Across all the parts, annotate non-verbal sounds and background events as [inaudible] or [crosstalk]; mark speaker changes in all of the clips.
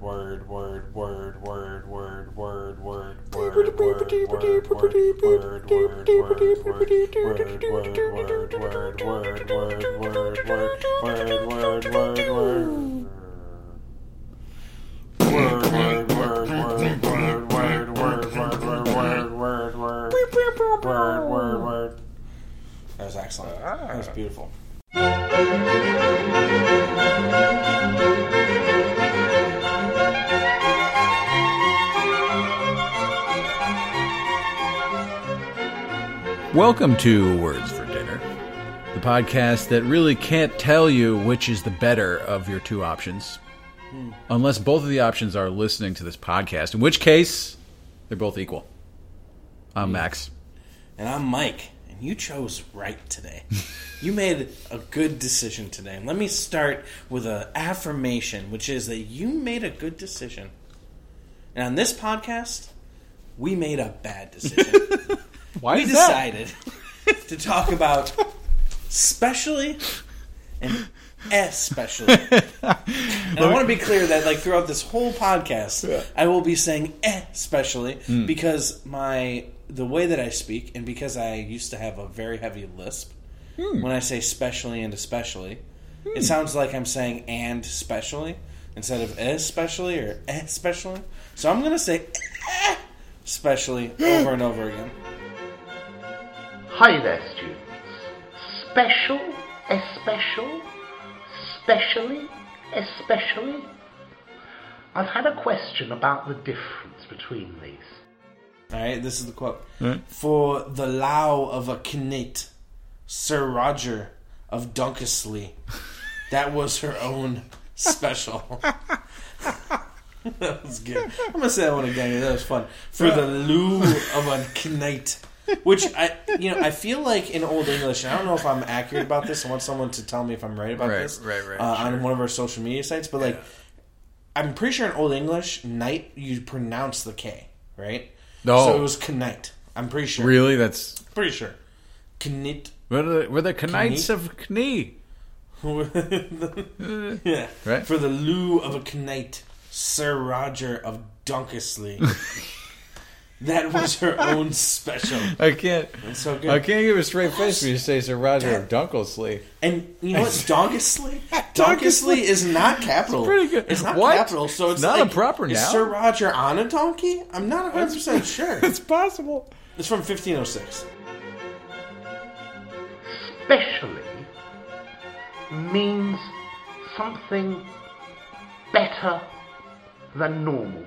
Speaker 1: word word word word word word word word word word word word word word that was excellent that was beautiful
Speaker 2: Welcome to Words for Dinner, the podcast that really can't tell you which is the better of your two options, unless both of the options are listening to this podcast, in which case they're both equal. I'm Max.
Speaker 1: And I'm Mike, and you chose right today. you made a good decision today. Let me start with an affirmation, which is that you made a good decision. And on this podcast, we made a bad [laughs] decision.
Speaker 2: Why
Speaker 1: we
Speaker 2: is that?
Speaker 1: decided to talk about specially and especially. and I want to be clear that like throughout this whole podcast, I will be saying especially because my the way that I speak and because I used to have a very heavy lisp. When I say specially and especially, it sounds like I'm saying and specially instead of especially or especially. So I'm going to say e-, especially over and over again.
Speaker 3: Hi there, students. Special, especial, specially, especially. I've had a question about the difference between these.
Speaker 1: All right, this is the quote. For the low of a knate, Sir Roger of
Speaker 2: [laughs]
Speaker 1: Dunkesley, that was her own special. [laughs] that was good. I'm gonna say that one again. That was fun. For
Speaker 2: Uh.
Speaker 1: the
Speaker 2: [laughs]
Speaker 1: loo of a knate, which I, you know, I feel like in Old English. And I don't know if I'm accurate about this. I want someone to tell me if I'm right about
Speaker 2: Right,
Speaker 1: this.
Speaker 2: right, right,
Speaker 1: Uh,
Speaker 2: sure.
Speaker 1: On one of our social media sites, but like, I'm pretty sure in Old English, knight you pronounce the k, right?
Speaker 2: No.
Speaker 1: So it was Knight. I'm pretty sure.
Speaker 2: Really? That's.
Speaker 1: Pretty sure. Knit. [laughs]
Speaker 2: We're the, we're the Knights of Knee.
Speaker 1: yeah.
Speaker 2: Right.
Speaker 1: For the lieu of a Knight, Sir Roger of
Speaker 2: [laughs]
Speaker 1: Dunkesley. that was her own special.
Speaker 2: I can't.
Speaker 1: It's so good.
Speaker 2: I can't give a straight face when you say Sir Roger of Dunkelsley.
Speaker 1: And you know what?
Speaker 2: [laughs]
Speaker 1: Donkesley? Donkesley is not capital. It's
Speaker 2: pretty good.
Speaker 1: It's not
Speaker 2: What?
Speaker 1: capital, so it's
Speaker 2: Not a
Speaker 1: like,
Speaker 2: proper
Speaker 1: Is
Speaker 2: noun?
Speaker 1: Sir Roger on a donkey? I'm not 100%
Speaker 2: [laughs]
Speaker 1: sure.
Speaker 2: It's possible.
Speaker 1: It's from 1506.
Speaker 3: Specially means something better than normal.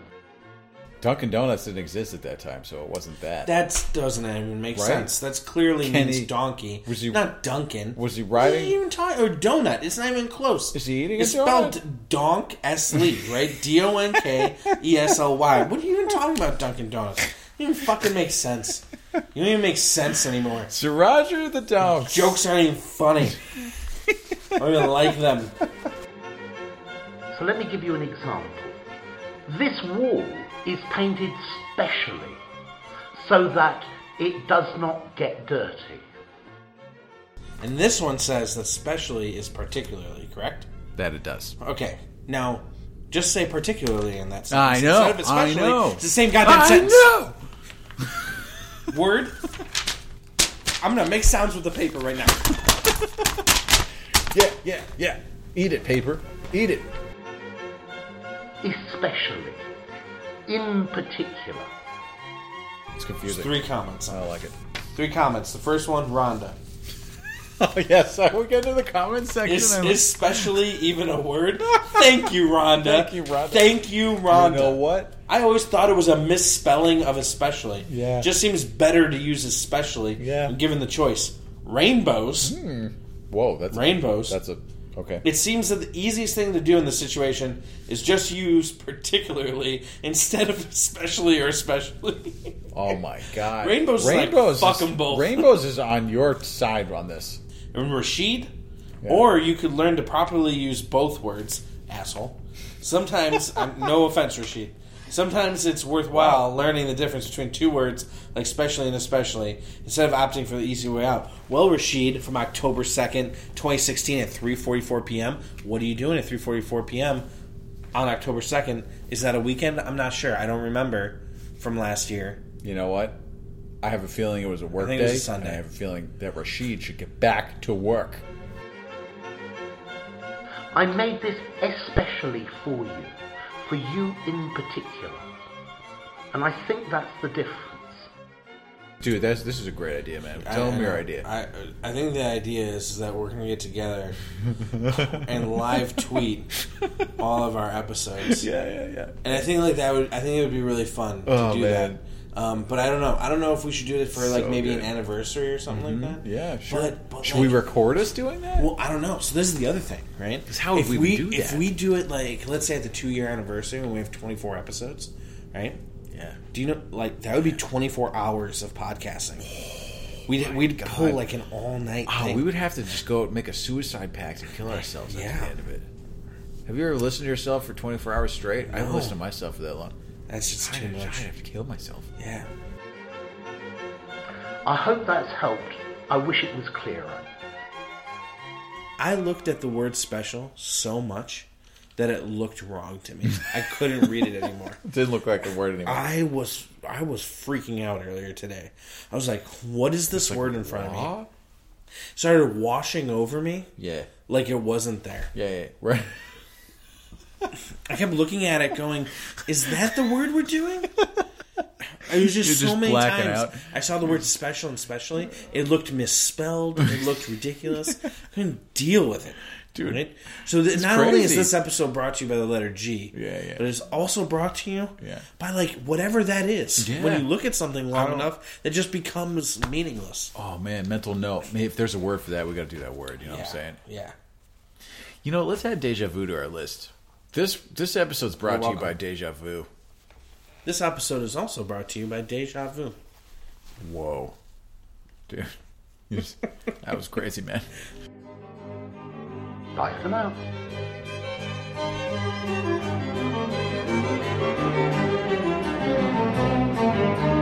Speaker 2: Dunkin' Donuts didn't exist at that time, so it wasn't that.
Speaker 1: That doesn't even make
Speaker 2: Right.
Speaker 1: sense. That's clearly
Speaker 2: Kenny-
Speaker 1: means donkey.
Speaker 2: Was he-
Speaker 1: not Duncan?
Speaker 2: was he
Speaker 1: What are
Speaker 2: riding-
Speaker 1: you even talking? Or donut? It's not even close.
Speaker 2: Is he eating a
Speaker 1: It's
Speaker 2: donut?
Speaker 1: spelled donk s lee right?
Speaker 2: [laughs]
Speaker 1: D o n k e s l y. What are you even talking about, Dunkin' Donuts? It doesn't even fucking make sense. You don't even make sense anymore.
Speaker 2: Sir Roger the [laughs] Donk.
Speaker 1: Jokes aren't even funny. I don't even like them.
Speaker 3: So let me give you an example. This wall is painted specially so that it does not get dirty.
Speaker 1: And this one says that specially is particularly correct.
Speaker 2: That it does.
Speaker 1: Okay, now just say particularly in that sentence.
Speaker 2: I know.
Speaker 1: Instead of
Speaker 2: I
Speaker 1: especially,
Speaker 2: know.
Speaker 1: It's the same goddamn
Speaker 2: I
Speaker 1: sentence.
Speaker 2: know.
Speaker 1: Word. I'm gonna make sounds with the paper right now.
Speaker 2: Yeah, yeah, yeah. Eat it, paper. Eat it.
Speaker 3: especially, in particular.
Speaker 2: It's confusing.
Speaker 1: Three comments.
Speaker 2: I don't like it. [laughs]
Speaker 1: Three comments. The first one, Rhonda.
Speaker 2: Oh yes, I will get to the comment section.
Speaker 1: Is,
Speaker 2: and-
Speaker 1: is specially even a word? Thank you, Rhonda.
Speaker 2: Thank you, Rhonda.
Speaker 1: Thank you,
Speaker 2: you
Speaker 1: Rhonda.
Speaker 2: know what?
Speaker 1: I always thought it was a misspelling of especially.
Speaker 2: Yeah.
Speaker 1: Just seems better to use especially.
Speaker 2: Yeah. Hmm.
Speaker 1: when Given the choice, rainbows.
Speaker 2: Whoa, that's
Speaker 1: Rainbows.
Speaker 2: A, that's a okay.
Speaker 1: It seems that the easiest thing to do in this situation is just use particularly instead of [laughs] especially or especially.
Speaker 2: Oh my god.
Speaker 1: Rainbows is like, fuck
Speaker 2: is,
Speaker 1: 'em both.
Speaker 2: Rainbows is on your side on this.
Speaker 1: and Rashid, or you could learn to properly use both words, asshole. Sometimes, [laughs] um, no offense, Rashid. Sometimes it's worthwhile learning the difference between two words, like specially and especially, instead of opting for the easy way out. Well, Rashid, from October second, twenty sixteen, at three forty-four p.m. What are you doing at three forty-four p.m.? on October 2nd. Is that a weekend? I'm not sure. I don't remember from last year.
Speaker 2: You know what? I have a feeling it was a work
Speaker 1: think
Speaker 2: day.
Speaker 1: it was a Sunday.
Speaker 2: and I have a feeling that Rashid should get back to work.
Speaker 3: I made this especially for you, for you in particular. And I think that's the difference.
Speaker 2: Dude, that's, this is a great idea, man. Tell
Speaker 1: I-
Speaker 2: him your
Speaker 1: I- uh,
Speaker 2: idea.
Speaker 1: I, I think the idea is that we're going to get
Speaker 2: [laughs]
Speaker 1: together and live tweet all of our episodes.
Speaker 2: yeah, yeah, yeah.
Speaker 1: And I think like that would I think it would be really fun
Speaker 2: Oh,
Speaker 1: to do
Speaker 2: man.
Speaker 1: that. Um, but I don't know. I don't know if we should do it for like
Speaker 2: So
Speaker 1: maybe an
Speaker 2: good. Mm-hmm.
Speaker 1: anniversary or something like that.
Speaker 2: Yeah, sure.
Speaker 1: But- but,
Speaker 2: should
Speaker 1: like-
Speaker 2: we record us doing that?
Speaker 1: Well, I don't know. So this is the other thing, right?
Speaker 2: 'Cause how would
Speaker 1: if
Speaker 2: we do
Speaker 1: If
Speaker 2: that?
Speaker 1: we do it like let's say at the two year anniversary when we have twenty four episodes, right?
Speaker 2: yeah.
Speaker 1: Do you know like that would be twenty four hours of podcasting. We'd we'd pull like an all night.
Speaker 2: Oh,
Speaker 1: thing.
Speaker 2: we would have to just go make a suicide pact and kill ourselves at
Speaker 1: Yeah.
Speaker 2: the end of it. Have you ever listened to yourself for 24 hours straight? I haven't
Speaker 1: No.
Speaker 2: listened to myself for that long.
Speaker 1: That's just
Speaker 2: I'd
Speaker 1: too
Speaker 2: I'd
Speaker 1: much.
Speaker 2: have to kill myself.
Speaker 1: Yeah.
Speaker 3: I hope that's helped. I wish it was clearer.
Speaker 1: I looked at the word special so much that it looked wrong to me. I couldn't read it
Speaker 2: [laughs]
Speaker 1: anymore.
Speaker 2: It didn't look like a word anymore.
Speaker 1: I was I was freaking out earlier today. I was like, "What is this word in front of me?" Started washing over me
Speaker 2: Uh-huh. Yeah.
Speaker 1: like it wasn't there.
Speaker 2: Yeah, yeah. Right.
Speaker 1: I kept looking at it, going, "Is that the word we're doing?" It was just
Speaker 2: You're
Speaker 1: so
Speaker 2: just
Speaker 1: many
Speaker 2: blacking
Speaker 1: times
Speaker 2: out.
Speaker 1: I saw the word "special" and "specially." It looked misspelled. It looked ridiculous. I couldn't deal with it,
Speaker 2: Dude,
Speaker 1: Right? So th- not only is
Speaker 2: crazy.
Speaker 1: this episode brought to you by the letter G,
Speaker 2: Yeah, yeah.
Speaker 1: but it's also brought to you
Speaker 2: Yeah.
Speaker 1: by like whatever that is.
Speaker 2: Yeah.
Speaker 1: When you look at something long
Speaker 2: don't-
Speaker 1: enough, it just becomes meaningless.
Speaker 2: [laughs] Oh, man. Mental note. Maybe if there's a word for that, we got to do that word. You know what I'm saying?
Speaker 1: Yeah.
Speaker 2: You know, let's add deja vu to our list. This this episode's brought to you
Speaker 1: welcome.
Speaker 2: by Deja Vu.
Speaker 1: This episode is also brought to you by Deja Vu.
Speaker 2: Whoa. Dude. [laughs] You just- that was crazy, man.
Speaker 3: Bye for now.
Speaker 4: Thank